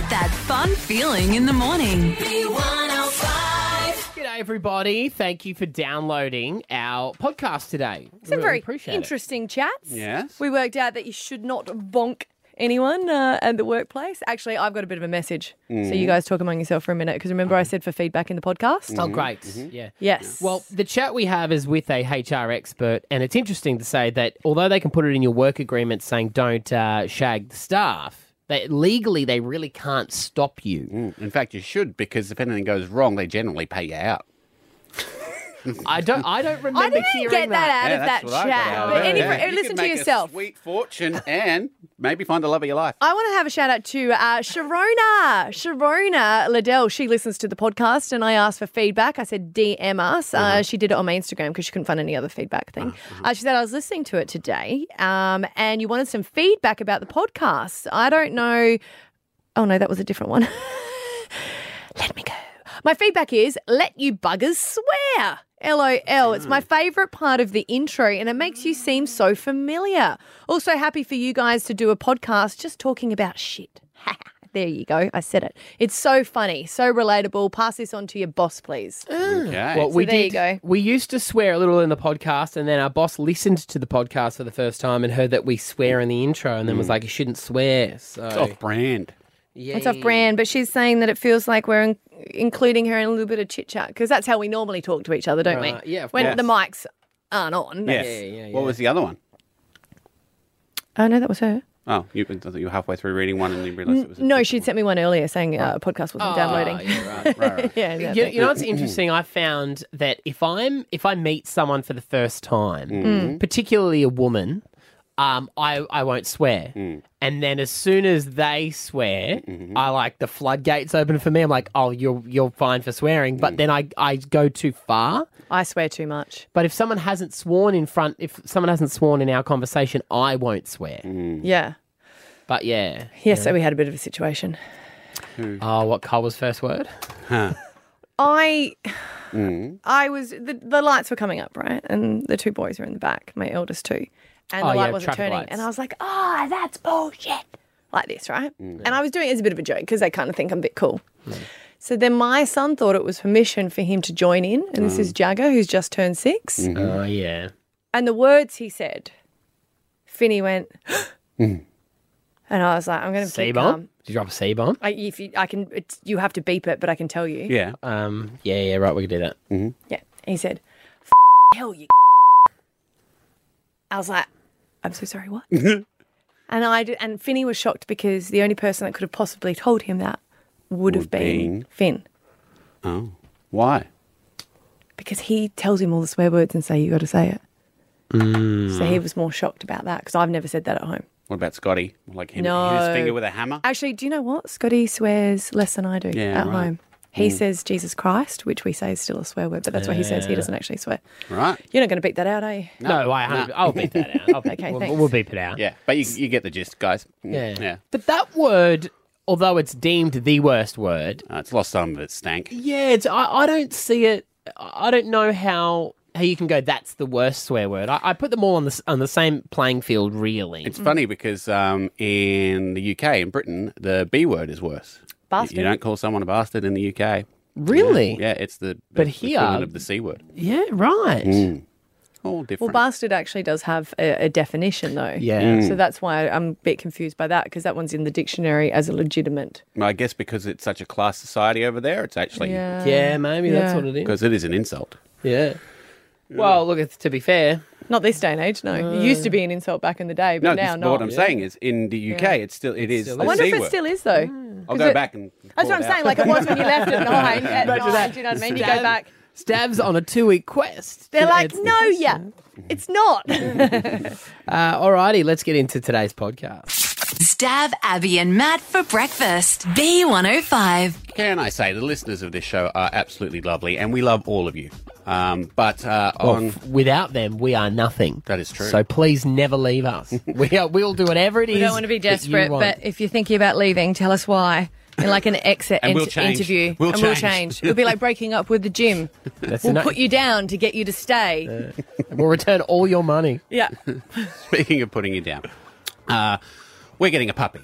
fun feeling in the morning. oh G'day, everybody. Thank you for downloading our podcast today. Some really very appreciate it. interesting chats. Yes. We worked out that you should not bonk anyone uh, at the workplace. Actually, I've got a bit of a message. So Mm. you guys talk among yourself for a minute because remember I said for feedback in the podcast? Mm. Oh, great. Yeah. Yes. Well, the chat we have is with a HR expert, and it's interesting to say that although they can put it in your work agreement saying don't uh, shag the staff, that legally they really can't stop you. In fact, you should because if anything goes wrong, they generally pay you out. I don't. I don't remember I didn't hearing get that out Yeah, of that's that what I got chat. out of But it. any, Yeah. uh, You listen could to make a yourself. Ah. sweet fortune and maybe find the love of your life. I want to have a shout out to uh, Sharona. Sharona Liddell. She listens to the podcast, and I asked for feedback. I said DM us. Uh, she did it on my Instagram because she couldn't find any other feedback thing. Uh, she said I was listening to it today, um, and you wanted some feedback about the podcast. I don't know. Oh no, that was a different one. Let me go. My feedback is let you buggers swear. LOL. It's my favourite part of the intro and it makes you seem so familiar. Also, happy for you guys to do a podcast just talking about shit. there you go. I said it. It's so funny, so relatable. Pass this on to your boss, please. Okay. Well, we there you did, go. We used to swear a little in the podcast, and then our boss listened to the podcast for the first time and heard that we swear in the intro, and then was like, "You shouldn't swear." So it's off brand. yeah, It's off brand, but she's saying that it feels like we're in- including her in a little bit of chit chat because that's how we normally talk to each other, don't Right. we? Yeah, of When course. the mics aren't on. Yes. yeah, What yeah. was the other one? Oh, no, that was her. Oh, you, I thought you were halfway through reading one and you realised it was. a No, different she'd one. sent me one earlier saying uh, podcast wasn't downloading. Ah, yeah, right. Right, right. Yeah, yeah. You, you know what's interesting? I found that if I'm if I meet someone for the first time, Hmm. particularly a woman, um, I I won't swear. And then as soon as they swear, I like the floodgates open for me. I'm like, oh, you're you're fine for swearing, but then I I go too far. I swear too much. But if someone hasn't sworn in front, if someone hasn't sworn in our conversation, I won't swear. Yeah. But yeah. Yeah, so we had a bit of a situation. Oh, what Cole was first word? I I was the, the lights were coming up, right? And the two boys were in the back, my eldest two. And Oh, the light yeah, wasn't traffic turning. lights. And I was like, oh, that's bullshit. Like this, right? And I was doing it as a bit of a joke because they kind of think I'm a bit cool. So then my son thought it was permission for him to join in. And this is Jagger, who's just turned 6 Oh yeah. And the words he said, Finney went, and I was like, I'm going to C keep bomb. calm. Did you drop a C bomb? I, if you, I can, it's, you have to beep it, but I can tell you. Yeah. Um. Yeah. Yeah. Right. We can do that. Yeah. And he said, F- hell, you. I was like, I'm so sorry, what? and I did, and Finney was shocked because the only person that could have possibly told him that would have Would been been- Finn Oh. Why? because he tells him all the swear words and say, you got to say it. So Mm. he was more shocked about that because I've never said that at home. What about Scotty? Like him hit his No. finger with a hammer? Actually, do you know what? Scotty swears less than I do Yeah, at right. Mm. home. He says Jesus Christ, which we say is still a swear word, but that's why he says he doesn't actually swear. Right. You're not going to beat that out, are you? No, I. I'll beep that out. I'll, Okay, we'll, thanks. we'll beep it out. Yeah. But you, you get the gist, guys. yeah, Yeah. But that word, although it's deemed the worst word, Uh, it's lost some of its stank. yeah, it's, I, I don't see it. I I don't know how how you can go. That's the worst swear word. I, I put them all on the s- on the same playing field, really. Mm. It's funny because um, in the UK, in Britain, the B word is worse. Bastard. You don't call someone a bastard in the UK. really, Yeah, it's the But the here- equivalent of the c word. yeah, right. All Well, different. bastard actually does have a, a definition, though. Yeah. Mm. So that's why I'm a bit confused by that because that one's in the dictionary as a legitimate. I guess because it's such a class society over there, it's actually Yeah, maybe that's Yeah. what it is. because it is an insult. Yeah. Well, look. It's, to be fair, Not this day and age, no. it used to be an insult back in the day, No, but now this- not. what I'm saying is in the UK, it's still it is. still the I wonder C if it word. still is, though. I'll 'Cause go it- back and. That's call what I'm Hmm. it saying. out. Like it was when you left at nine. At Imagine nine that. Do you know what I mean? You Stab- go back. Stabs on a two week quest. They're like, It's- no, yeah, it's not. Uh, alrighty, let's get into today's podcast. Stab Abby and Matt for breakfast. B105. Can I say the listeners of this show are absolutely lovely, and we love all of you. Um, but uh, on F- Without them, we are nothing. That is true. So please never leave us. we are, we'll do whatever it is. We don't want to be that you desperate, want. but if you're thinking about leaving, tell us why. In like an exit And int- we'll change. interview, We'll and we'll change. change. It'll be like breaking up with the gym. That's We'll enough. put you down to get you to stay. Uh, we'll return all your money. yeah. speaking of putting you down, uh, we're getting a puppy.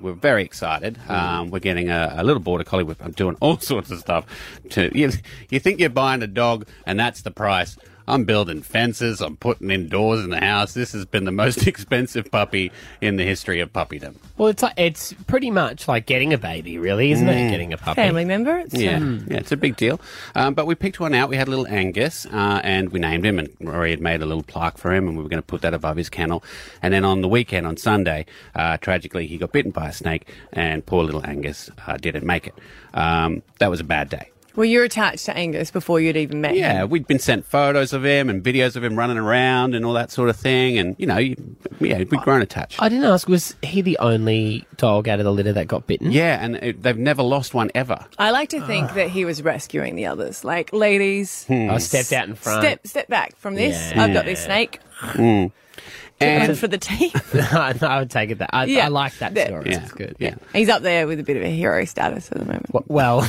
We're very excited. Um, we're getting a, a little border collie. We're doing all sorts of stuff. To you, you think you're buying a dog, and that's the price. I'm building fences. I'm putting in doors in the house. This has been the most expensive puppy in the history of puppydom. Well, it's like, it's pretty much like getting a baby, really, isn't Mm. it? Getting a puppy. Family member. It's, Yeah, yeah, it's a big deal. Um, but we picked one out. We had little Angus, uh, and we named him. And Rory had made a little plaque for him, and we were going to put that above his kennel. And then on the weekend, on Sunday, uh, tragically, he got bitten by a snake, and poor little Angus uh, didn't make it. Um, that was a bad day. Well, you're attached to Angus before you'd even met him. Yeah, we'd been sent photos of him and videos of him running around and all that sort of thing. And you know, you- yeah, we'd grown attached. I didn't ask. Was he the only dog out of the litter that got bitten? yeah, and it, they've never lost one ever. I like to think that he was rescuing the others. Like, ladies, I stepped out in front. step step back from this. Hmm. Yeah. I've got this snake. Took it for the team. no, I would take it that. I, Yeah. I like that That- story. Yeah, It's good. Yeah. He's up there with a bit of a hero status at the moment. W- Well,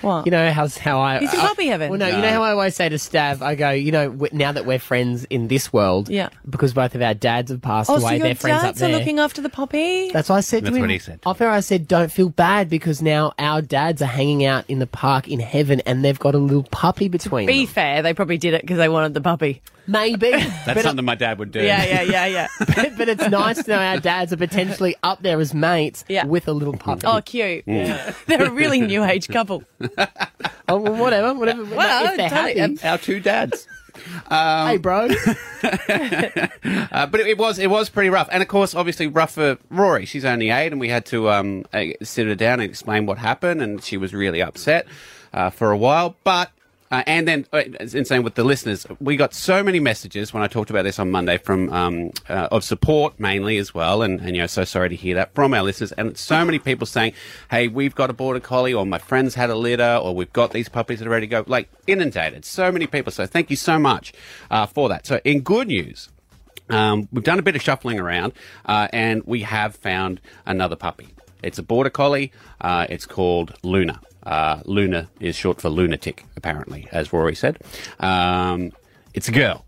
What? you know how's how I. He's in I- puppy heaven. Well, no, you know how I always say to Stav, I go, you know, w- now that we're friends in this world, Yeah. because both of our dads have passed oh, so away, your they're friends up dads are there. looking after the puppy. That's what I said That's to him. what he said. Off air, I said, don't feel bad because now our dads are hanging out in the park in heaven and they've got a little puppy between Be them. fair, they probably did it because they wanted the puppy. Maybe. That's something my dad would do. Yeah, yeah, yeah, yeah. but it's nice to know our dads are potentially up there as mates Yeah. with a little puppy. oh, cute. They're a really new age couple. Oh, well, whatever, whatever. Well, if they're totally. Um, happy. Our two dads. hey, bro. Uh, but it, it was it was pretty rough, and of course, obviously rough for Rory. She's only eight, and we had to um, uh, sit her down and explain what happened, and she was really upset uh, for a while. But uh, and then uh, it's insane with the listeners. We got so many messages when I talked about this on Monday from um, uh, of support mainly as well, and, and you know, so sorry to hear that from our listeners, and so many people saying, "Hey, we've got a border collie, or my friends had a litter, or we've got these puppies that are ready to go." Like inundated, so many people. So thank you so much uh, for that. So in good news. Um, we've done a bit of shuffling around, uh, and we have found another puppy. It's a border collie. Uh, it's called Luna. Uh, Luna is short for lunatic, apparently, as Rory said. Um, it's a girl.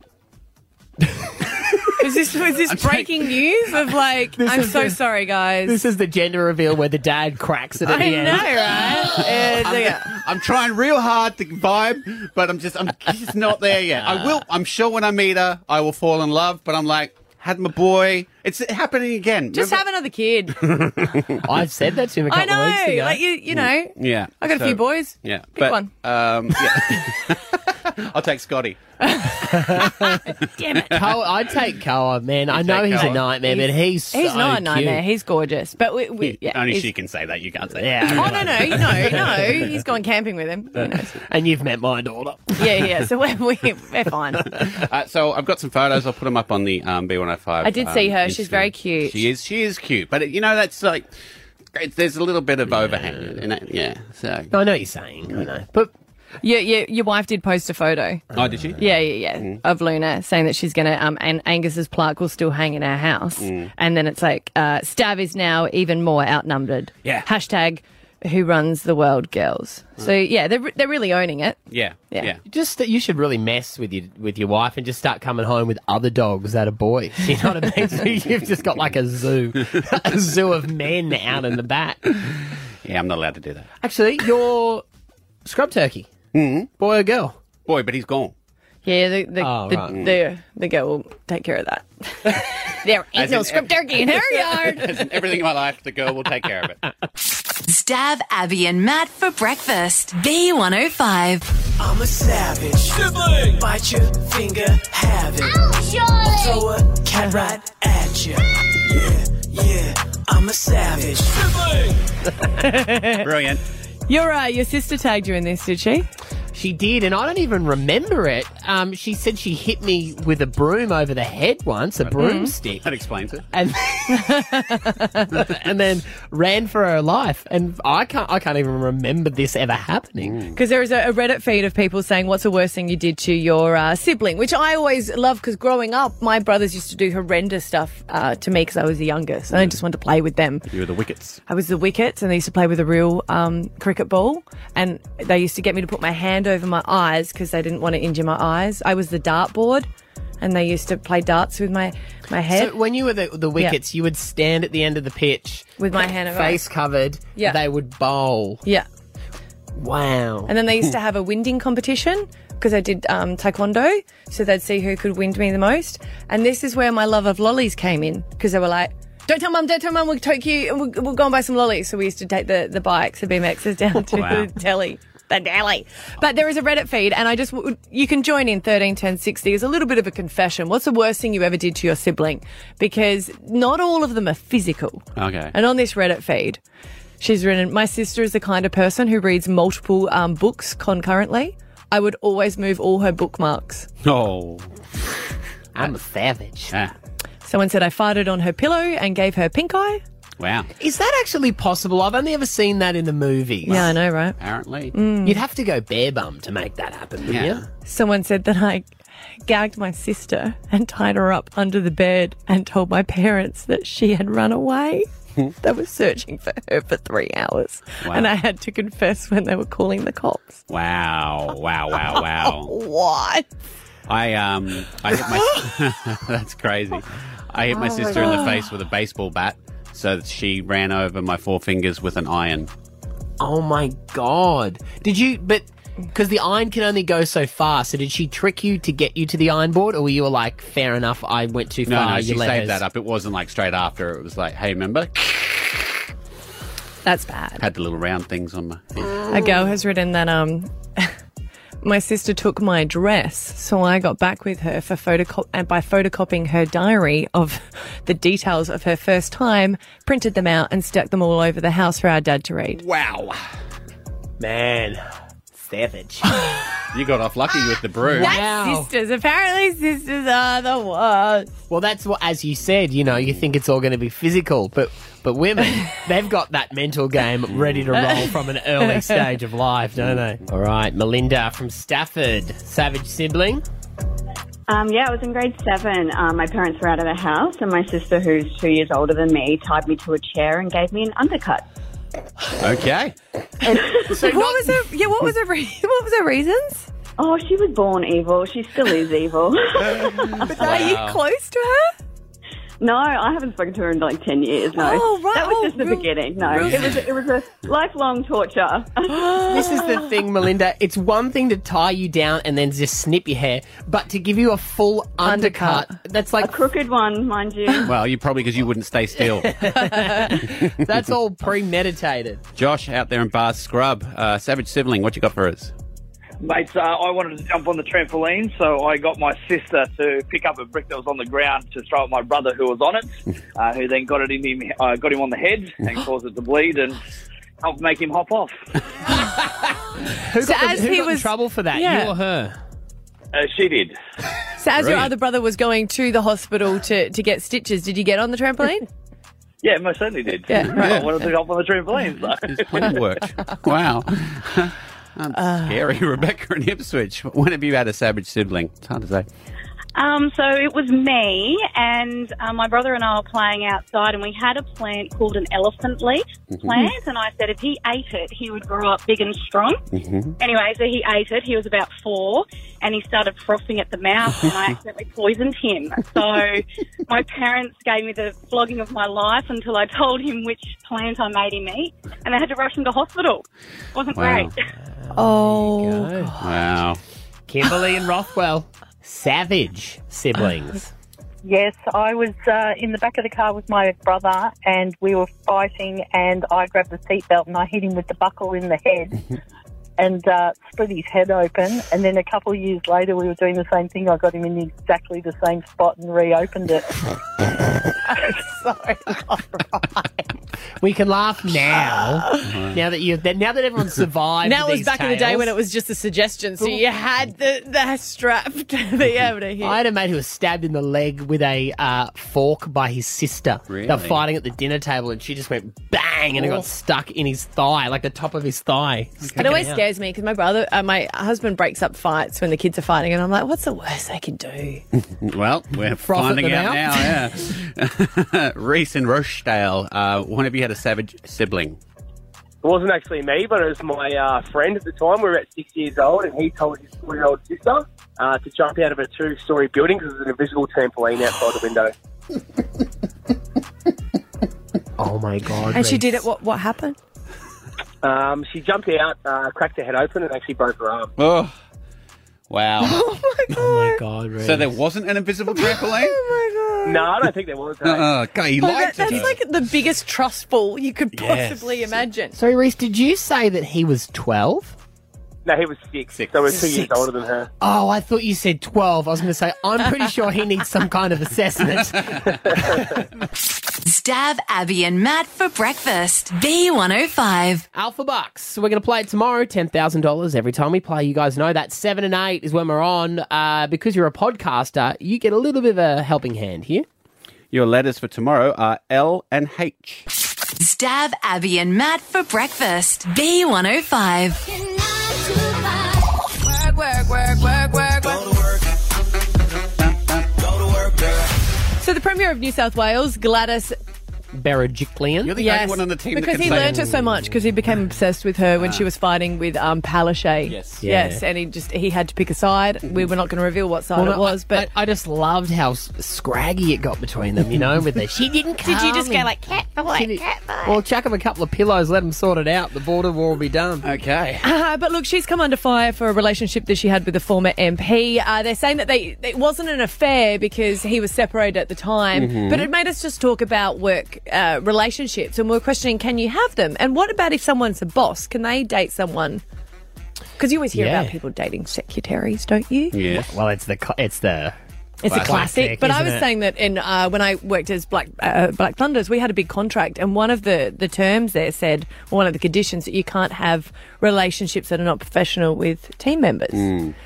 Is this was this breaking news of like? I'm is so the- sorry, guys. This is the gender reveal where the dad cracks it at I the end. know, right? Uh, yeah. I'm trying real hard to vibe, but I'm just I'm just not there yet. I will. I'm sure when I meet her, I will fall in love. But I'm like, had my boy. It's happening again. Just have another kid. I've said that to him a I couple of weeks know. ago. Like you, you know. Yeah, I got a so- few boys. Yeah, Pick but, one. Um, yeah. I'll take Scotty. Damn it. Cole, I'd take Koa, man. I know take he's Koa. a nightmare, but he's He's so not a nightmare. cute. He's gorgeous. But we, we yeah. Only he's- she can say that. You can't say. Yeah. I Oh know. no no no no! He's gone camping with him. Who knows? And you've met my daughter. Yeah yeah. So we're, we- we're fine. that. Uh, so I've got some photos. I'll put them up on the um, B105. I did um, see her. She's Instagram. very cute. She is. She is cute. But you know, that's like it's, there's a little bit of overhang. In it. Yeah. So. I know what you're saying. I know. But Yeah yeah. Your wife did post a photo. Oh, did she? Yeah yeah yeah. Mm. Of Luna saying that she's gonna um and Angus's plaque will still hang in our house. Mm. And then it's like uh, Stav is now even more outnumbered. Yeah. Mm. Hashtag. Who runs the world, girls? So yeah, they're re- they're really owning it. Yeah. Yeah. Yeah. just that you should really mess with your with your wife and just start coming home with other dogs that are boys. You know what I mean? so you've just got like a zoo, a zoo of men out in the back. Yeah. I'm not allowed to do that. Actually, you're scrub turkey, boy or girl? Boy, but he's gone. Yeah, the the, Oh, the, right. the the girl will take care of that. there ain't As no in- script turkey in her yard. As in everything in my life, the girl will take care of it. Stab Abby and Matt for breakfast. B105. I'm a savage. Bite your finger, have it. Throw a cat right at you. Yeah, yeah, I'm a savage. Brilliant. your uh, your sister tagged you in this, did she? She did, and I don't even remember it. Um, she said she hit me with a broom over the head once, a broomstick. That explains it. and and then ran for her life. And I can't I can't even remember this ever happening. Because there is a, a Reddit feed of people saying, "What's the worst thing you did to your uh, sibling?" Which I always love because growing up, my brothers used to do horrendous stuff uh, to me because I was the youngest, and I just wanted to play with them. You were the wickets. I was the wickets, and they used to play with a real um, cricket ball. And they used to get me to put my hand over my eyes because they didn't want to injure my eyes. I was the dartboard, and they used to play darts with my my head. So when you were the, the wickets, you would stand at the end of the pitch With my hand over. face covered. Yeah. They would bowl. yeah. Wow. And then they used to have a winding competition because I did um, taekwondo. So they'd see who could wind me the most. And this is where my love of lollies came in because they were like, don't tell mum, don't tell mum, we'll take you, we'll, we'll go and buy some lollies. So we used to take the, the bikes, the BMXs down to Wow. the telly. The deli. But there is a Reddit feed, and I just, w- you can join in 13, 10, 60 is a little bit of a confession. What's the worst thing you ever did to your sibling? Because not all of them are physical. Okay. And on this Reddit feed, she's written, My sister is the kind of person who reads multiple um, books concurrently. I would always move all her bookmarks. Oh. I'm a savage. Ah, Someone said I farted on her pillow and gave her pink eye. wow. Is that actually possible? I've only ever seen that in the movies. Yeah, I know, right? Apparently. Mm. You'd have to go bare bum to make that happen, wouldn't Yeah. you? Someone said that I gagged my sister and tied her up under the bed and told my parents that she had run away. they were searching for her for three hours. Wow. And I had to confess when they were calling the cops. Wow. Wow. Wow. Wow. What? I um I hit my that's crazy. I hit my sister in the face with a baseball bat so that she ran over my four fingers with an iron. Oh my god. Did you but because the iron can only go so far, so did she trick you to get you to the iron board, or were you like, fair enough, I went too No, far, no, you she let saved us- that up. It wasn't like straight after. It was like, hey, remember? That's bad. Had the little round things on my. A head. girl has written that um, my sister took my dress, so I got back with her for photocop and by photocopying her diary of the details of her first time, printed them out and stuck them all over the house for our dad to read. Wow, Man. Savage. you got off lucky with the brew. Wow. Sisters, apparently sisters are the worst. Well, that's what, as you said, you know, you think it's all going to be physical, but but women, they've got that mental game ready to roll from an early stage of life, don't they? All right, Melinda from Stafford, savage sibling. Um, yeah, I was in grade seven. Um, my parents were out of the house, and my sister, who's two years older than me, tied me to a chair and gave me an undercut. Okay, what was her? Yeah, what was her? Re- what was her reasons? Oh, she was born evil. She still is evil. Are you close to her? no, I haven't spoken to her in like ten years. No, Oh, right. that was Oh, just the real- beginning. No, it was it was a lifelong torture. This is the thing, Melinda. It's one thing to tie you down and then just snip your hair, but to give you a full undercut, that's like Crooked one, mind you. well, you probably because you wouldn't stay still. that's all premeditated. Josh out there in Bath Scrub, uh, Savage Sibling, what you got for us? Mates, uh, I wanted to jump on the trampoline, so I got my sister to pick up a brick that was on the ground to throw at my brother who was on it, uh, who then got it in him, uh, got him on the head and caused it to bleed and helped make him hop off. Uh, Who got, the- as who he got in was- trouble for that? yeah. You or her? she did. So as your Brilliant. other brother was going to the hospital to, to get stitches, did you get on the trampoline? Yeah, most certainly did. Yeah, right. I wanted to jump on the trampoline. So. His plan worked. Wow. That's scary. Rebecca and Ipswich, when have you had a savage sibling? It's hard to say. Um, so it was me and uh, my brother and I were playing outside, and we had a plant called an elephant leaf plant. And I said if he ate it, he would grow up big and strong. Anyway, so he ate it. He was about four, and he started frothing at the mouth, and I accidentally poisoned him. So my parents gave me the flogging of my life until I told him which plant I made him eat, and I had to rush him to hospital. It wasn't Wow. great. Oh, Wow. Kimberly and Rothwell, savage siblings. Yes, I was uh, in the back of the car with my brother, and we were fighting. And I grabbed the seatbelt and I hit him with the buckle in the head, and uh, split his head open. And then a couple of years later, we were doing the same thing. I got him in exactly the same spot and reopened it. We can laugh now. now that you, that now that everyone's survived. Now it was these back in the day tales. when it was just a suggestion, so you had the, the strap to be able to hit. I had a mate who was stabbed in the leg with a uh, fork by his sister. They were Really? fighting at the dinner table, and she just went bang, and it got stuck in his thigh, like the top of his thigh. It always scares me because my brother, uh, my husband breaks up fights when the kids are fighting, and I'm like, what's the worst they can do? Well, we're Froth at finding the out now. Yeah. Reese in Rochdale, uh, when have you had a savage sibling? It wasn't actually me, but it was my uh, friend at the time. We were about six years old, and he told his four-year-old sister uh, to jump out of a two-story building because there's an invisible trampoline outside the window. Oh my god. and she Reece. did it. What what happened? Um, she jumped out, uh, cracked her head open, and actually broke her arm. Oh, wow. Oh my god, Reece. so there wasn't an invisible trampoline? Oh my No, I don't think there was. eh? Uh, God, he god! lied That- to that's us. like the biggest trust fall you could Yes. possibly imagine. Sorry, Reese, did you say that he was 12? No, he was six, Six. so he was two years Six. older than her. Oh, I thought you said 12. I was going to say, I'm pretty sure he needs some kind of assessment. Stab Abby and Matt for breakfast. B105. Alpha Bucks. We're going to play it tomorrow. $10,000 every time we play. You guys know that. 7 and 8 is when we're on. Uh, because you're a podcaster, you get a little bit of a helping hand here. Your letters for tomorrow are L and H. Stab Abby and Matt for breakfast. B105. Work, work, work, work, work, work. So the Premier of New South Wales, Gladys, You're Berejiklian. the yes, only one on the team because that can he say Ah. learnt it so much because he became obsessed with her when she was fighting with um, Palaszczuk. Yes. Mm-hmm. Yeah. yes, and he just he had to pick a side. We were not going to reveal what side Well, it was, I, but I, I just loved how s- scraggy it got between them, you know, with the she didn't come. Did you just go and- like cat boy, cat boy? Well, chuck him a couple of pillows, let him sort it out. The border war will be done. Okay. Uh, but look, she's come under fire for a relationship that she had with a former MP. Uh, they're saying that they it wasn't an affair because he was separated at the time, but it made us just talk about work uh, relationships, and we we're questioning can you have them, and what about if someone's a boss? Can they date someone? Because you always hear Yeah. about people dating secretaries, don't you? Yes. Well, it's the co- it's the It's a Classic. classic. But I Isn't was it? saying that in uh, when I worked as Black uh, Black Thunders, we had a big contract, and one of the the terms there said one of the conditions that you can't have relationships that are not professional with team members.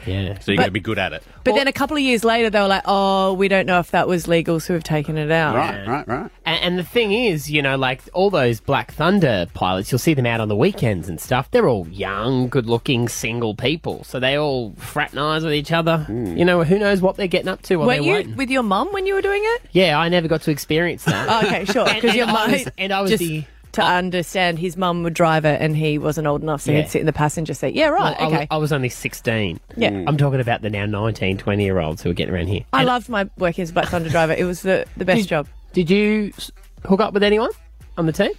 yeah. So you got to be good at it. But then a couple of years later, they were like, "Oh, we don't know if that was legal, so we've taken it out." Right, right, right. And, and the thing is, you know, like all those Black Thunder pilots, you'll see them out on the weekends and stuff. They're all young, good-looking, single people, so they all fraternise with each other. You know, who knows what they're getting up to while Were they're you waiting. with your mum when you were doing it? Yeah, I never got to experience that. Oh, okay, sure. And- Because and your I mum was- and I was just the- to understand, his mum would drive it, and he wasn't old enough, so Yeah. he'd sit in the passenger seat. Yeah, Well, right. I, was- okay. I was only 16. Yeah. Mm. I'm talking about the now 19, 20 year olds who are getting around here. I And loved my working as a Black Thunder driver. It was the the best job. Did you s- hook up with anyone on the team?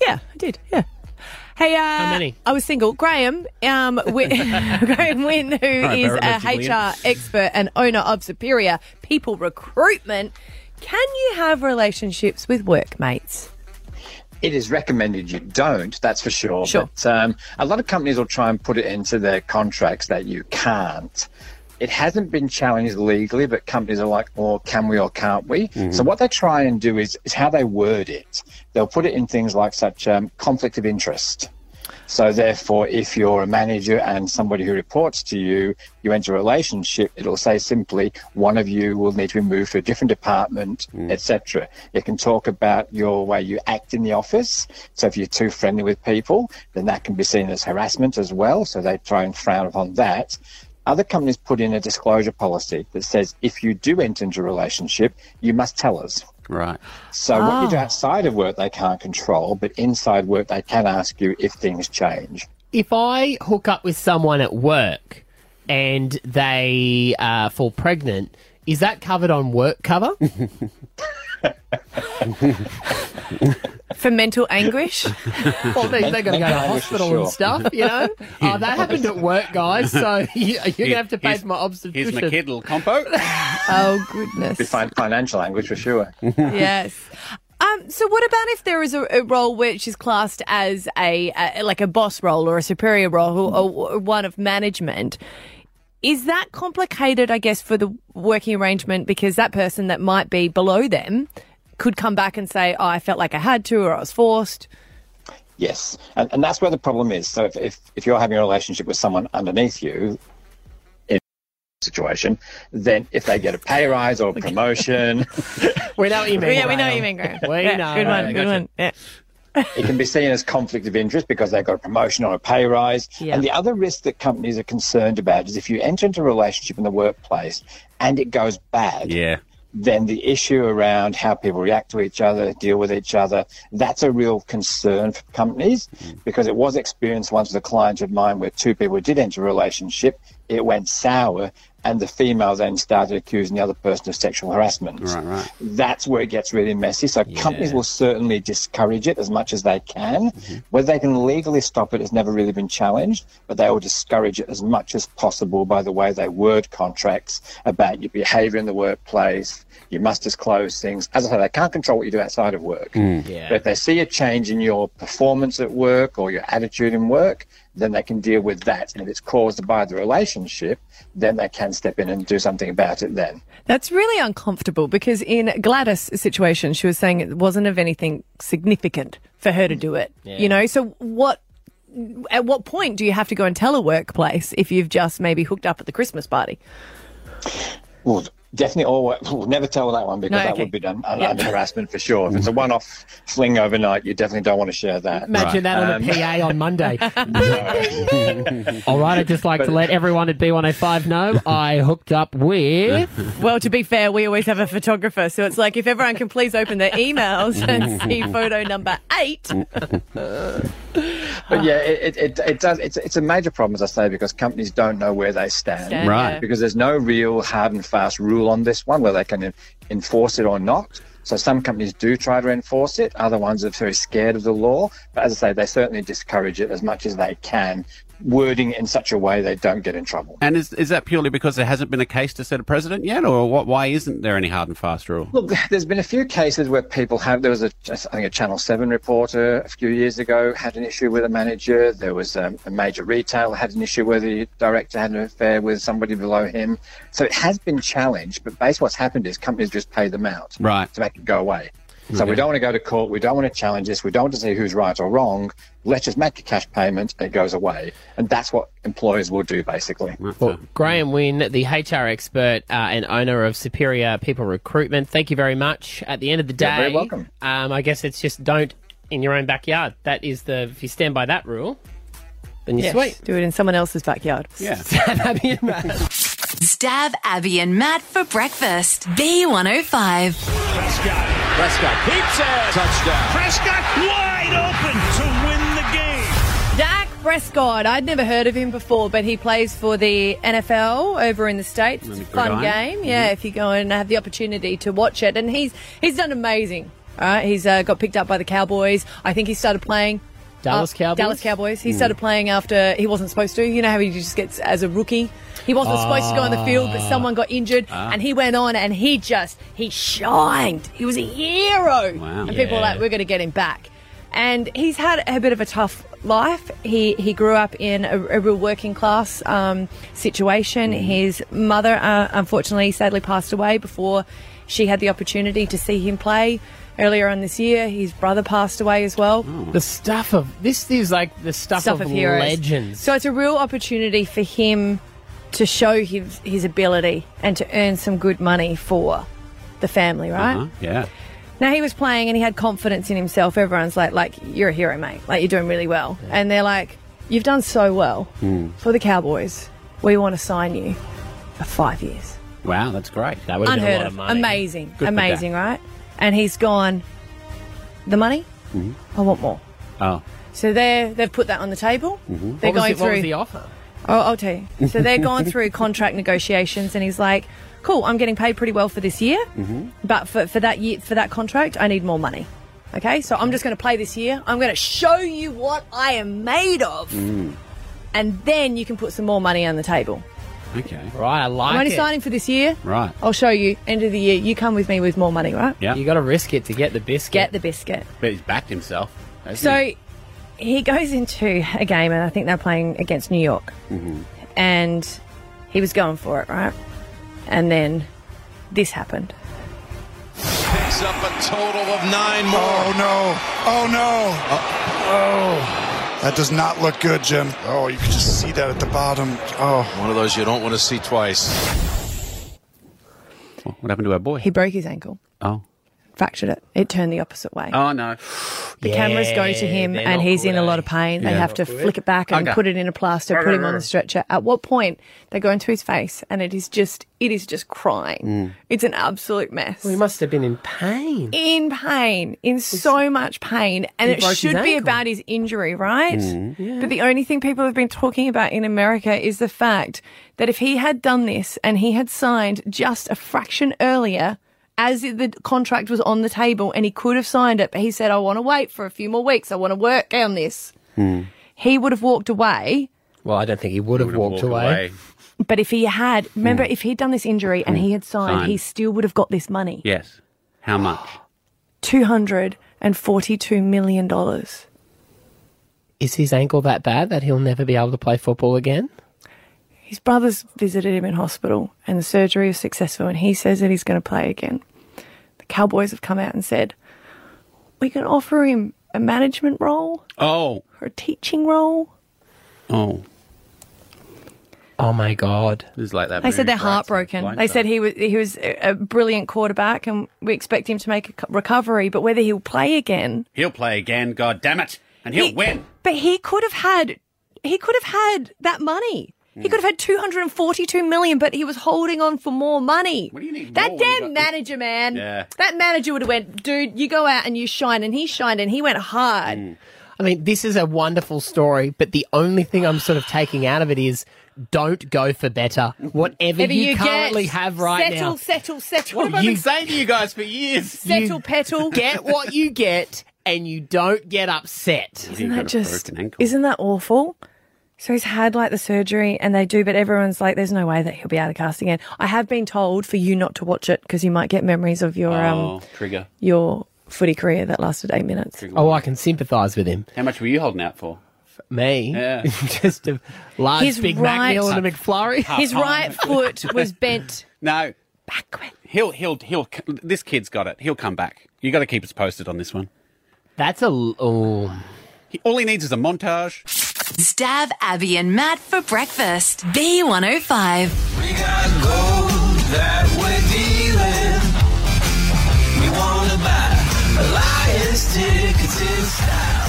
Yeah, I did. Yeah. Hey, uh, how many? I was single. Graham, um, Win- Graham Wynn, who is Barrett a HR expert and owner of Superior People Recruitment. Can you have relationships with workmates? It is recommended you don't, that's for sure. Sure. But um, a lot of companies will try and put it into their contracts that you can't. It hasn't been challenged legally, but companies are like, well, can we or can't we? So what they try and do is, is how they word it. They'll put it in things like such um, conflict of interest. So therefore, if you're a manager and somebody who reports to you, you enter a relationship, it'll say simply one of you will need to be moved to a different department, etc. It can talk about your way you act in the office. So if you're too friendly with people, then that can be seen as harassment as well. So they try and frown upon that. Other companies put in a disclosure policy that says if you do enter into a relationship, you must tell us. Right. So what you do outside of work they can't control, but inside work they can ask you if things change. If I hook up with someone at work and they uh, fall pregnant, is that covered on work cover? For mental anguish? well, they, they're going to go to Mental anguish for hospital and sure. stuff, you know? oh, that happened at work, guys, so you, you're going to have to pay Here's- for my Here's obstetrician. my kid, little compo. oh, We goodness. find financial language for sure. yes. Um, so what about if there is a, a role which is classed as a, a like a boss role or a superior role or, or one of management? Is that complicated, I guess, for the working arrangement because that person that might be below them could come back and say, oh, I felt like I had to or I was forced. Yes, and, and that's where the problem is. So if, if, if you're having a relationship with someone underneath you, in situation, then if they get a pay rise or a promotion, We know what you mean. yeah, we know Graham. what you mean, Graham. We Yeah, know. Good one, I good one. Yeah. it can be seen as conflict of interest because they've got a promotion or a pay rise. Yeah. And the other risk that companies are concerned about is if you enter into a relationship in the workplace and it goes bad, Yeah. then the issue around how people react to each other, deal with each other, that's a real concern for companies Mm. because it was experienced once with a client of mine where two people did enter a relationship, it went sour, and the female then started accusing the other person of sexual harassment. Right, right. That's where it gets really messy. So companies will certainly discourage it as much as they can. Whether they can legally stop it has never really been challenged, but they will discourage it as much as possible by the way they word contracts about your behaviour in the workplace. You must disclose things. As I say, they can't control what you do outside of work. Mm. Yeah. But if they see a change in your performance at work or your attitude in work, then they can deal with that. And if it's caused by the relationship, then they can step in and do something about it then. That's really uncomfortable because in Gladys' situation, she was saying it wasn't of anything significant for her to do it. Yeah. You know, so what? At what point do you have to go and tell a workplace if you've just maybe hooked up at the Christmas party? Well, definitely always we'll never tell that one because No, that okay. would be done Yeah. under harassment for sure. If it's a one-off fling overnight, you definitely don't want to share that. Imagine that on Um, a PA on Monday. All right, I'd just like to let everyone at B105 know I hooked up with. Well, to be fair, we always have a photographer, so it's like if everyone can please open their emails and see photo number eight. But yeah, it, it, it, it does. It's, it's a major problem, as I say, because companies don't know where they stand. Stand, Right. yeah. Because there's no real hard and fast rule on this one, whether they can en- enforce it or not. So some companies do try to enforce it. Other ones are very scared of the law. But as I say, they certainly discourage it as much as they can, wording it in such a way they don't get in trouble. And is, is that purely because there hasn't been a case to set a precedent yet, or what, why isn't there any hard and fast rule? Look, there's been a few cases where people have. There was a, I think, a Channel Seven reporter a few years ago had an issue with a manager. There was um, a major retailer had an issue where the director had an affair with somebody below him. So it has been challenged, but basically what's happened is companies just pay them out Right. to make it go away. So Okay. we don't want to go to court. We don't want to challenge this. We don't want to see who's right or wrong. Let's just make a cash payment. and It goes away, and that's what employers will do basically. Graham Wynne, the HR expert uh, and owner of Superior People Recruitment. Thank you very much. At the end of the day, You're very welcome. Um, I guess it's just don't in your own backyard. That is the if you stand by that rule, then you're Yes, sweet. Do it in someone else's backyard. Yeah. Stab Abby and Matt for breakfast. B105. Prescott. Prescott keeps it. Touchdown. Prescott wide open to win the game. Dak Prescott. I'd never heard of him before, but he plays for the NFL over in the States. It's a fun Gridiron. game. Yeah, if you go and have the opportunity to watch it. And he's he's done amazing. All right, he's uh, got picked up by the Cowboys. I think he started playing. Dallas uh, Cowboys? Dallas Cowboys. He Hmm. Mm. started playing after he wasn't supposed to. You know how he just gets as a rookie. He wasn't supposed to go on the field, but Ah. someone got injured, Ah. and he went on and he just he shined. He was a hero. Wow. And people were Yeah. like, we're going to get him back. And he's had a bit of a tough life. He he grew up in a, a real working class um, Hmm. situation. His mother, uh, unfortunately, sadly passed away before she had the opportunity to see him play. Earlier on this year, his brother passed away as well. Oh, The stuff of this is like the stuff, of, Stuff of heroes. legends. So it's a real opportunity for him to show his his ability and to earn some good money for the family, right? Uh-huh. Yeah. Now he was playing and he had confidence in himself. Everyone's like, like you're a hero, mate. Like you're doing really well. And they're like, you've done so well Hmm. for the Cowboys. We want to sign you for five years. Wow, that's great. That would have been a Unheard lot of, of money. amazing, Good for amazing, right? And he's gone. The money? Hmm. Mhm. I want more. Oh. So they they've put that on the table. Mhm. They're Mm-hmm. What was going the- through what was the offer? Oh, I'll tell you. So they're going through contract negotiations, and he's like, "Cool, I'm getting paid pretty well for this year, Mm-hmm. but for, for that year for that contract, I need more money. Okay, so I'm just going to play this year. I'm going to show you what I am made of, and then you can put some more money on the table. Okay. Right, I like I'm only it. signing for this year. Right. I'll show you end of the year. You come with me with more money, right? Yeah. You got to risk it to get the biscuit. Get the biscuit. But he's backed himself. hasn't So he? he goes into a game, and I think they're playing against New York. Mhm. and he was going for it, right? And then this happened. Picks up a total of nine more. Oh no! Oh no! oh. That does not look good, Jim. Oh, you can just see that at the bottom. Oh. One of those you don't want to see twice. What happened to our boy? He broke his ankle. Oh. fractured it. It turned the opposite way. Oh no. The cameras go to him and he's in a lot of pain. They Yeah. have to Not good. flick it back and Okay. put it in a plaster, put him on the stretcher. At what point they go into his face and it is just it is just crying. It's an absolute mess. Well, he must have been in pain. In pain, in so much pain, and He it broke his should be ankle. about his injury, right? Mm. Yeah. But the only thing people have been talking about in America is the fact that if he had done this and he had signed just a fraction earlier, as i- the contract was on the table and he could have signed it, but he said, I want to wait for a few more weeks, I want to work on this, Hmm. he would have walked away. Well, I don't think he would have walked, away. But if he had, remember, Hmm. if he'd done this injury and he had signed, Signed. he still would have got this money. Yes. How much? $242 million. Is his ankle that bad that he'll never be able to play football again? His brothers visited him in hospital and the surgery was successful and he says that he's going to play again. The Cowboys have come out and said, we can offer him a management role Oh. or a teaching role. Oh. Oh my God. It was like that. They said they're movie, right? heartbroken. Blindside. They said he was he was a a brilliant quarterback and we expect him to make a co- recovery, but whether he'll play again. he'll play again. God damn it, and he'll win. But he could have had he could have had that money. He could have had 242 million, but he was holding on for more money. What do you need? That damn manager, man. Yeah. That manager would have went, dude, you go out and you shine, and he shined and he went hard. I mean, this is a wonderful story, but the only thing I'm sort of taking out of it is don't go for better. Whatever Whatever you, you get, currently have right settle, now. settle, settle. What have I been You- saying to you guys for years? Settle, petal. Get what you get and you don't get upset. Isn't that just isn't that awful? So he's had like the surgery and they do, but everyone's like, "There's no way that he'll be out of cast again." I have been told for you not to watch it because you might get memories of your Oh, um trigger. your footy career that lasted eight minutes. Trigger Oh, I can sympathise with him. How much were you holding out for? Me? Yeah. just a large His Big Mac right- meal and a McFlurry. His right foot was bent. No. Backward. He'll he'll he'll. c- This kid's got it. He'll come back. You got to keep us posted on this one. That's a oh. He, all he needs is a montage. Stab Abby and Matt for breakfast. B105. that we're dealing. We wanna buy Elias tickets in style.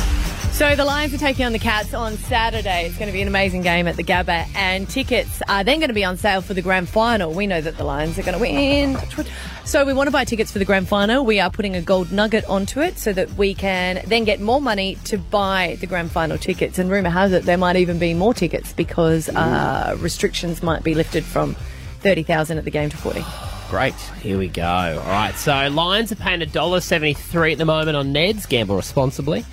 So the Lions are taking on the Cats on Saturday. It's going to be an amazing game at the Gabba, and tickets are then going to be on sale for the grand final. We know that the Lions are going to win. Touch wood. So we want to buy tickets for the grand final. We are putting a gold nugget onto it so that we can then get more money to buy the grand final tickets. And rumor has it there might even be more tickets because uh, restrictions might be lifted from thirty thousand at the game to forty. Great. Here we go. All right. So Lions are paying $1.73 at the moment on Ned's. Gamble responsibly.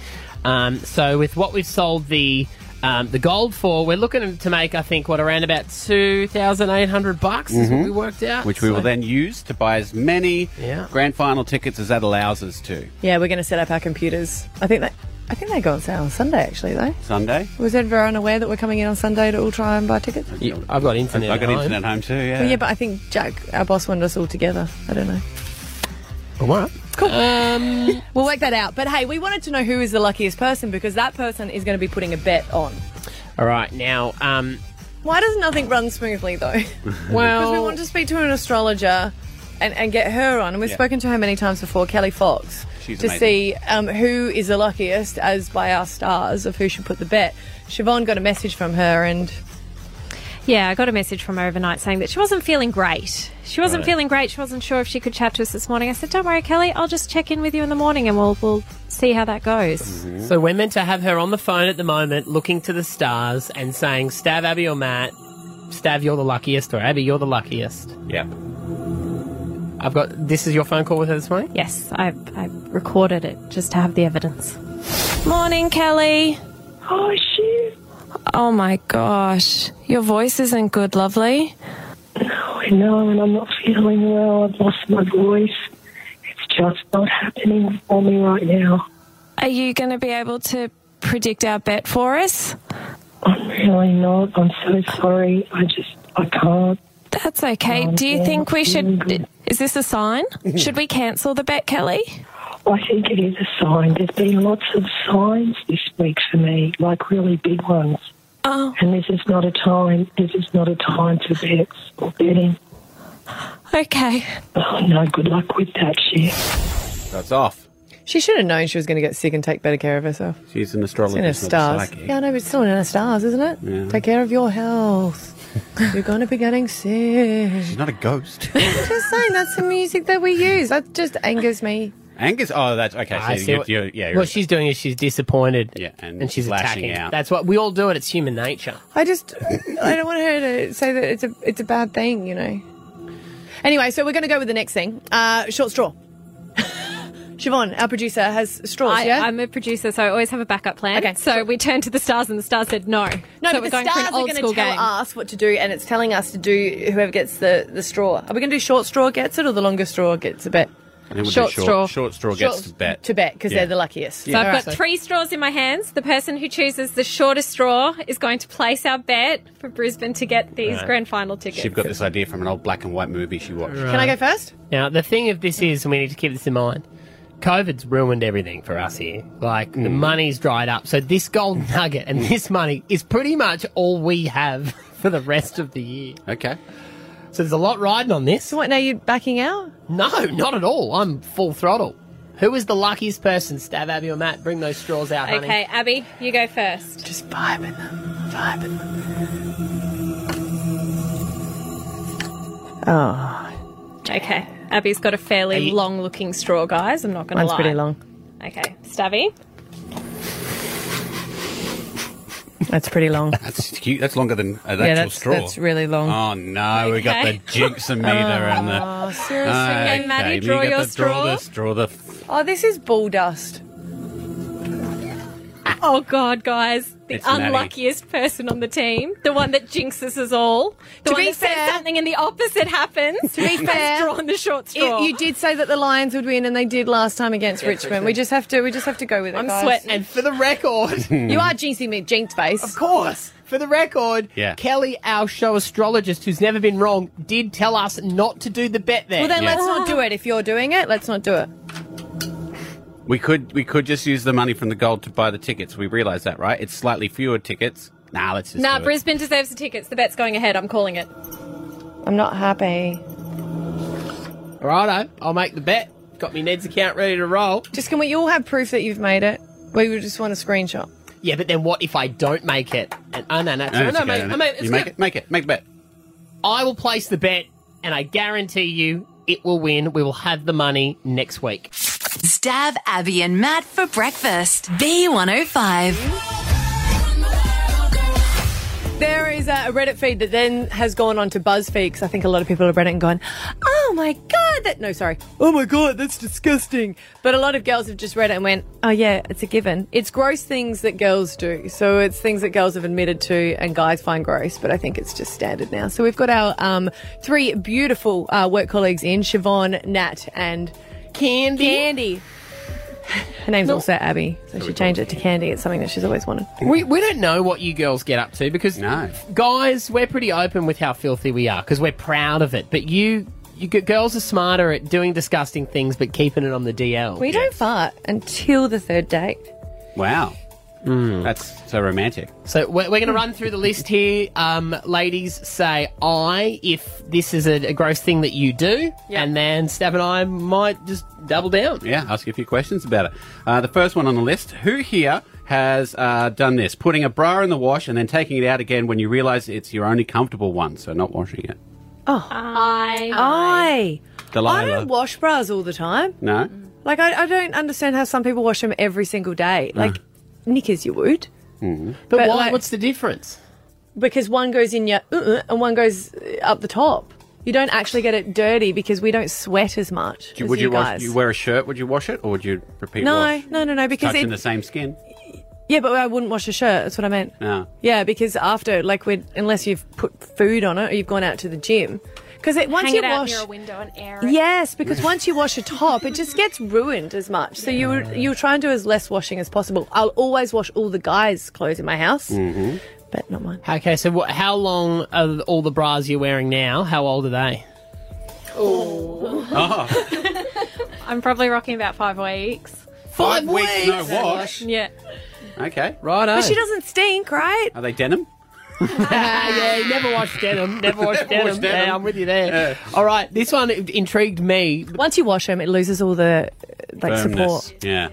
Um, so with what we've sold the um, the gold for, we're looking to make, I think, what, around about 2800 bucks is what Mhm. we worked out. Which we will So- then use to buy as many Yeah. grand final tickets as that allows us to. Yeah, we're going to set up our computers. I think that I think they go on sale on Sunday actually though. Sunday. Was everyone aware that we're coming in on Sunday to all try and buy tickets? I've got internet. I at got home. internet at home too. Yeah. Well, yeah, but I think Jack, our boss, wanted us all together. I don't know. All right. Cool. Um, we'll work that out. But hey, we wanted to know who is the luckiest person because that person is going to be putting a bet on. All right. Now, um, Why does nothing run smoothly though? because we Well- wanted to speak to an astrologer and, and get her on, and we've Yeah. spoken to her many times before, Kelly Fox, She's to amazing. see um, who is the luckiest as by our stars of who should put the bet. Siobhan got a message from her, and Yeah, I got a message from her overnight saying that she wasn't feeling great. She wasn't Right. feeling great. She wasn't sure if she could chat to us this morning. I said, "Don't worry, Kelly. I'll just check in with you in the morning, and we'll we'll see how that goes." So we're meant to have her on the phone at the moment, looking to the stars and saying, "Stab Abby or Matt, Stab you're the luckiest, or Abby you're the luckiest." Yep. I've got. This is your phone call with her this morning. Yes, I I recorded it just to have the evidence. Morning, Kelly. Oh shit. Oh my gosh, your voice isn't good, lovely. Oh, I know, and I'm not feeling well. I've lost my voice. It's just not happening for me right now. Are you going to be able to predict our bet for us? I'm really not. I'm so sorry. I just, I can't. That's okay. Do you think we should? Is this a sign? Should we cancel the bet, Kelly? I think it is a sign. There's been lots of signs this week for me, like really big ones. Oh. And this is not a time. This is not a time for bets or betting. Okay. Oh, no, good luck with that shit. That's off. She should have known she was going to get sick and take better care of herself. She's an It's astrologer. in her she's not a stars. psychic. Yeah, no, but it's still in her stars, isn't it? Yeah. Take care of your health. You're going to be getting sick. She's not a ghost. just saying, that's the music that we use. That just angers me. Angus. Oh, that's okay. I so see you, what- you, yeah. what she's doing is she's disappointed. Yeah, and, she's lashing attacking. out. That's what we all do it. It's human nature. I just, I don't want her to say that it's a, it's a bad thing, you know. Anyway, so we're going to go with the next thing. Uh, short straw. Siobhan, our producer, has straws. I, yeah, I'm a producer, so I always have a backup plan. Okay, so we turned to the stars, and the stars said no. No, so but the stars are going to tell us what to do, and it's telling us to do whoever gets the, the straw. Are we going to do short straw gets it, or the longest straw gets a bet? And then we'll do short, short- straw. short straw gets to bet. To bet because Yeah. they're the luckiest. So I've got three straws in my hands. The person who chooses the shortest straw is going to place our bet for Brisbane to get these Right. grand final tickets. She's got this idea from an old black and white movie she watched. first? Now, the thing of this is, and we need to keep this in mind. COVID's ruined everything for us here. Like Mm. the money's dried up, so this gold nugget and this money is pretty much all we have for the rest of the year. Okay. So there's a lot riding on this. So what? Now you're backing out? No, not at all. I'm full throttle. Who is the luckiest person? Stab Abby or Matt? Bring those straws out, honey. Okay, Abby, you go first. Just vibing them, vibing Oh, Okay, Abby's got a fairly long-looking straw, guys. I'm not going to lie. mine's pretty long. Okay, Stabby. That's pretty long. That's cute. That's longer than an Yeah, actual that's- straw. that's really long. Oh no, we got the Okay. jinxometer and the. Oh, seriously? Okay, Maddie, you draw got your the Draw straw. the straw. The. f- Oh, this is bull dust. Oh God, guys, the It's Maddie. unluckiest person on the team, the one that jinxes us all, the To one be that says something and the opposite happens. To be has fair, drawn the short straw. You, you did say that the Lions would win, and they did last time against Yeah, Richmond. We just have to, we just have to go with it. I'm guys. sweating. And for the record, you are jinxing me, jinx face. Of course. For the record, Yeah. Kelly, our show astrologist, who's never been wrong, did tell us not to do the bet there. Well, then let's not do it. If you're doing it, let's not do it. We could we could just use the money from the gold to buy the tickets. We realise that, right? It's slightly fewer tickets. Nah, let's just. Nah, do it. Brisbane deserves the tickets. The bet's going ahead. I'm calling it. I'm not happy. Righto, I'll make the bet. Got me Ned's account ready to roll. Just can we all have proof that you've made it? We would just want a screenshot. Yeah, but then what if I don't make it? And, oh, no, no, No, no, it's no, okay, mate, no, no, no. mate, it's You make good. it. Make it. Make the bet. I will place the bet, and I guarantee you it will win. We will have the money next week. Stab Abby and Matt for breakfast. B105. There is a Reddit feed that then has gone on to BuzzFeed because I think a lot of people have read it and gone, oh my God, that, no, sorry, oh my God, that's disgusting. But a lot of girls have just read it and went, oh yeah, it's a given. It's gross things that girls do. So it's things that girls have admitted to and guys find gross, but I think it's just standard now. So we've got our um, three beautiful uh, work colleagues in Siobhan, Nat, and Candy. Candy. Her name's also Abby, so she changed it to Candy. It's something that she's always wanted. We, we don't know what you girls get up to because guys, we're pretty open with how filthy we are because we're proud of it. But you, you g- girls are smarter at doing disgusting things but keeping it on the DL. We don't fart until the third date. Wow, that's so romantic. So we're, we're going to run through the list here. Um, ladies, say I if this is a, a gross thing that you do, and then Stab and I might just double down. Yeah, ask you a few questions about it. Uh, the first one on the list who here has uh, done this? Putting a bra in the wash and then taking it out again when you realise it's your only comfortable one, so not washing it. Oh. I. I. I Delilah. don't wash bras all the time. no? Like, I, I don't understand how some people wash them every single day. Like, knickers you would. Mm. But, why, like- what's the difference? Because one goes in your uh-uh and one goes uh, up the top. You don't actually get it dirty because we don't sweat as much. Do you, as would you, wash, guys. you wear a shirt? Would you wash it, or would you repeat No, wash? no, no, no, because touching it- the same skin. Yeah, but I wouldn't wash a shirt. That's what I meant. No. Yeah, because after, like, we unless you've put food on it or you've gone out to the gym. Because once Hang you it out wash. near a window and air it. Yes, because once you wash a top, it just gets ruined as much. So you you try and do as less washing as possible. I'll always wash all the guys' clothes in my house. Mm-hmm. But not mine. Okay, so what, how long are all the bras you're wearing now? How old are they? Oh. I'm probably rocking about five weeks. Five weeks, no wash. Yeah. Okay, right. But she doesn't stink, right? Are they denim? yeah, you never watched Denim. Never watched Denim. Watched Denim. Yeah, I'm with you there. All right, this one intrigued me. Once you wash them, it loses all the like support. Yeah.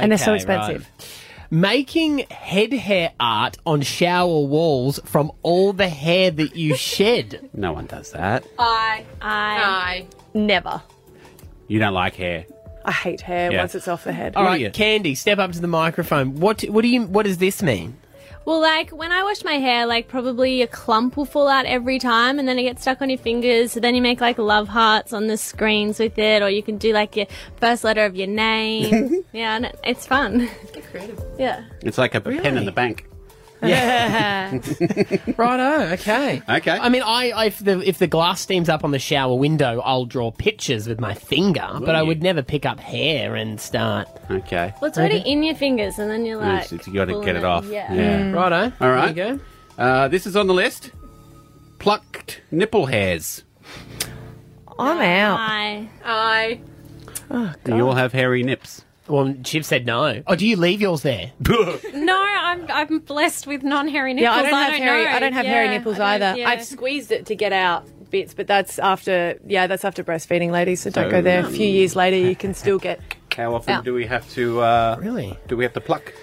And they're so expensive. Making head hair art on shower walls from all the hair that you shed. No one does that. I, I, never. You don't like hair. I hate hair Yeah. once it's off the head. All right, Candy, step up to the microphone. What what do you what does this mean? Well, like when I wash my hair, like probably a clump will fall out every time, and then it gets stuck on your fingers. So then you make like love hearts on the screens with it, or you can do like your first letter of your name. yeah, and it- it's fun. Get creative. Yeah. It's like a pen in the bank. Yeah. Righto. Okay. Okay. I mean, I, I if the if the glass steams up on the shower window, I'll draw pictures with my finger, Will but I you? would never pick up hair and start. Okay. Well, it's already in your fingers, and then you're like, It's- you got to pulling get it off. Yeah. Righto. All right. There you go. Uh, this is on the list. Plucked nipple hairs. I'm out. I, I. Do you all have hairy nips? Well, Chip said no. Oh, do you leave yours there? No, I'm I'm blessed with non-hairy nipples. Yeah, I don't have hairy. know. I don't have hairy Yeah, nipples I don't- either. yeah. I've squeezed it to get out bits, but that's after. Yeah, that's after breastfeeding, ladies. So don't So- go there. A few years later, you can still get. How often Out. do we have to? Uh, really? Do we have to pluck?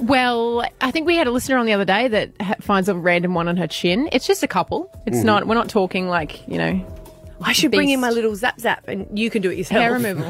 Well, I think we had a listener on the other day that ha- finds a random one on her chin. It's just a couple. It's Mhm. not. We're not talking like you know. I should bring in my beast. little zap zap, and you can do it yourself. Hair removal.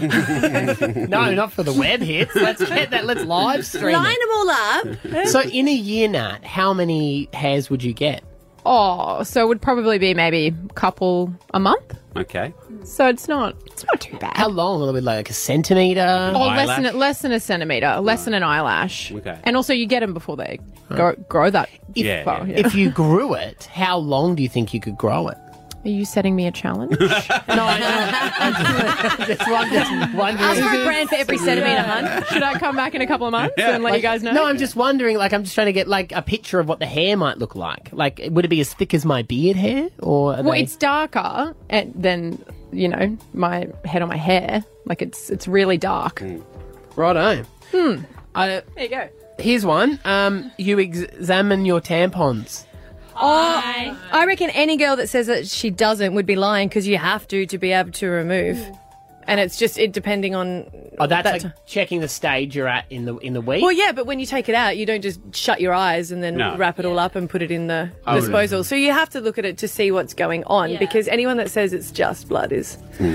no, not for the web hits. Let's get that. Let's live stream. Line them all up. So in a year, Nat, how many hairs would you get? Oh, so it would probably be maybe a couple a month. Okay. So it's not. It's not too bad. How long? A little bit like a centimeter. Or less than a- less than a centimeter, less than an eyelash. Okay. And also, you get them before they grow, grow that. If, yeah, if you grew it, how long do you think you could grow it? Are you setting me a challenge? Just one- just wondering. Ask for a grand for every centimetre, Yeah. hun. Should I come back in a couple of months and let Like- you guys know? No, I'm just wondering. Like, I'm just trying to get like a picture of what the hair might look like. Like, would it be as thick as my beard hair, or are well, they- it's darker and than you know my head on my hair. Like it's it's really dark. Hmm. Righto. Hmm. I, there you go. Here's one. Um, you ex- examine your tampons. Oh, I reckon any girl that says that she doesn't would be lying because you have to to be able to remove, Hmm. and it's just it depending on. Oh, that's that like ti- checking the stage you're at in the in the week. Well, yeah, but when you take it out, you don't just shut your eyes and then No. wrap it all up and put it in the Oh, yeah. disposal. So you have to look at it to see what's going on because anyone that says it's just blood is Hmm.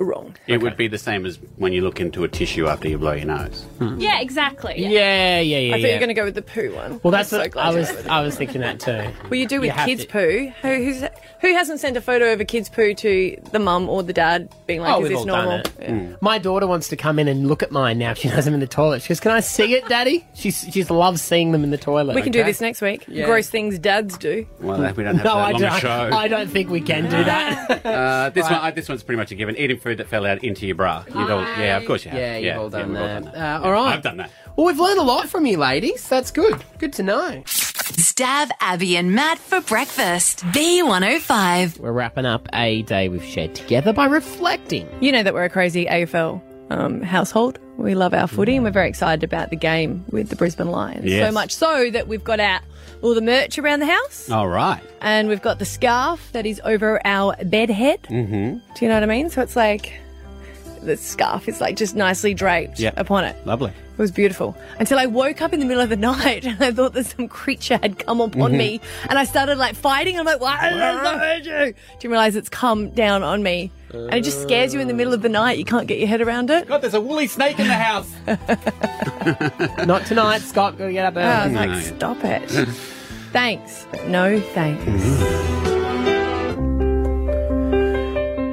wrong. It would be the same as when you look into a tissue after you blow your nose. Yeah, exactly. Yeah, yeah, yeah. I thought you yeah. were going to go with the poo one. Well, that's I'm so what glad I you was. went with it. I was thinking that too. Well, you do You with have kids to- poo. Who, who's, who hasn't sent a photo of a kid's poo to the mum or the dad, being like, oh, "Is we've this all normal?" done it. Mm. My daughter wants to come in and look at mine now. She knows I'm in the toilet. She goes, "Can I see it, Daddy?" She she loves seeing them in the toilet. We can do this next week. Yeah. Gross things dads do. Well, we don't have no, that I long a don't, show. I don't think we can do that. Uh, this Right. one, uh, this one's pretty much a given. Eating food that fell out into your bra. You'd all, yeah, of course you have. Yeah, you've all done we've that. Uh, all right. I've done that. Well, we've learned a lot from you, ladies. That's good. Good to know. Stab Abby and Matt for breakfast. B105. We're wrapping up a day we've shared together by reflecting. You know that we're a crazy AFL um, household. We love our footy and we're very excited about the game with the Brisbane Lions. Yes. So much so that we've got out all the merch around the house Oh. All right. and we've got the scarf that is over our bed head. Mm-hmm. Do you know what I mean? So it's like the scarf is like just nicely draped Yeah. upon it. Lovely. It was beautiful. Until I woke up in the middle of the night and I thought that some creature had come upon Mm-hmm. Mhm. me and I started like fighting. I'm like, why did Ah!" I fight you? Do you realize it's come down on me? And it just scares you in the middle of the night. You can't get your head around it. God, there's a woolly snake in the house. Not tonight, Scott. Gotta get up early. I was like, stop it. thanks, but no thanks.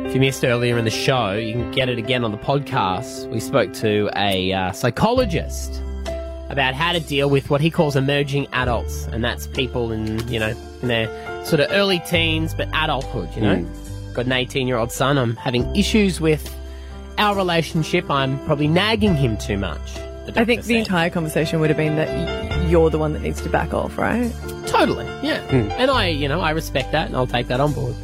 If you missed earlier in the show, you can get it again on the podcast. We spoke to a uh, psychologist about how to deal with what he calls emerging adults, and that's people in you know in their sort of early teens, but adulthood. You know, got an eighteen-year-old son. I'm having issues with our relationship. I'm probably nagging him too much. I think the entire conversation would have been that y- you're the one that needs to back off, right? Totally, yeah. And I, you know, I respect that, and I'll take that on board.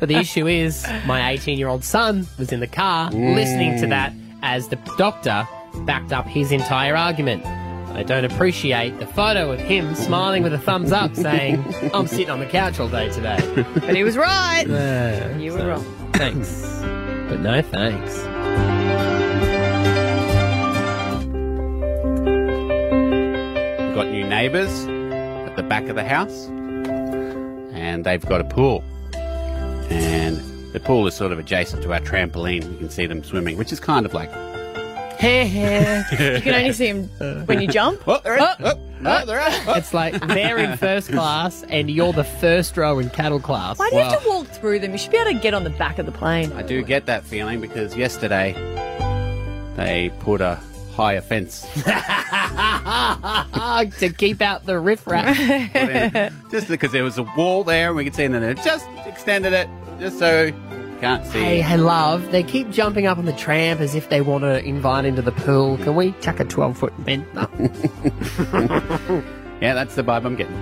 but the issue is, my 18-year-old son was in the car Mm. listening to that as the doctor backed up his entire argument. I don't appreciate the photo of him smiling with a thumbs up saying, I'm sitting on the couch all day today. But he was right. Yeah, you so, were wrong. Thanks. But no thanks. We've got new neighbours at the back of the house, and they've got a pool. And the pool is sort of adjacent to our trampoline. You can see them swimming, which is kind of like. you can only see him when you jump. Oh, they're in. Oh, oh, they're out. It's like they're in first class and you're the first row in cattle class. Why do you have to walk through them? You should be able to get on the back of the plane. I do get that feeling because yesterday they put a higher fence. to keep out the riffraff. just because there was a wall there and we could see in there. Just extended it just so you can't see. Hey, hey, love, they keep jumping up on the tramp as if they want to invite into the pool. Can we chuck a 12 foot vent up? yeah, that's the vibe I'm getting.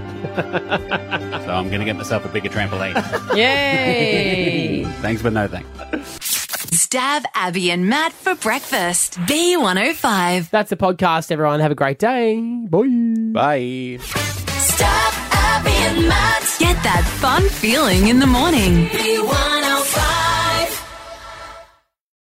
so I'm going to get myself a bigger trampoline. Yay! thanks, but no thanks. Stab Abby and Matt for breakfast. B105. That's the podcast, everyone. Have a great day. Bye. Bye. Abby and Matt. Get that fun feeling in the morning. B105.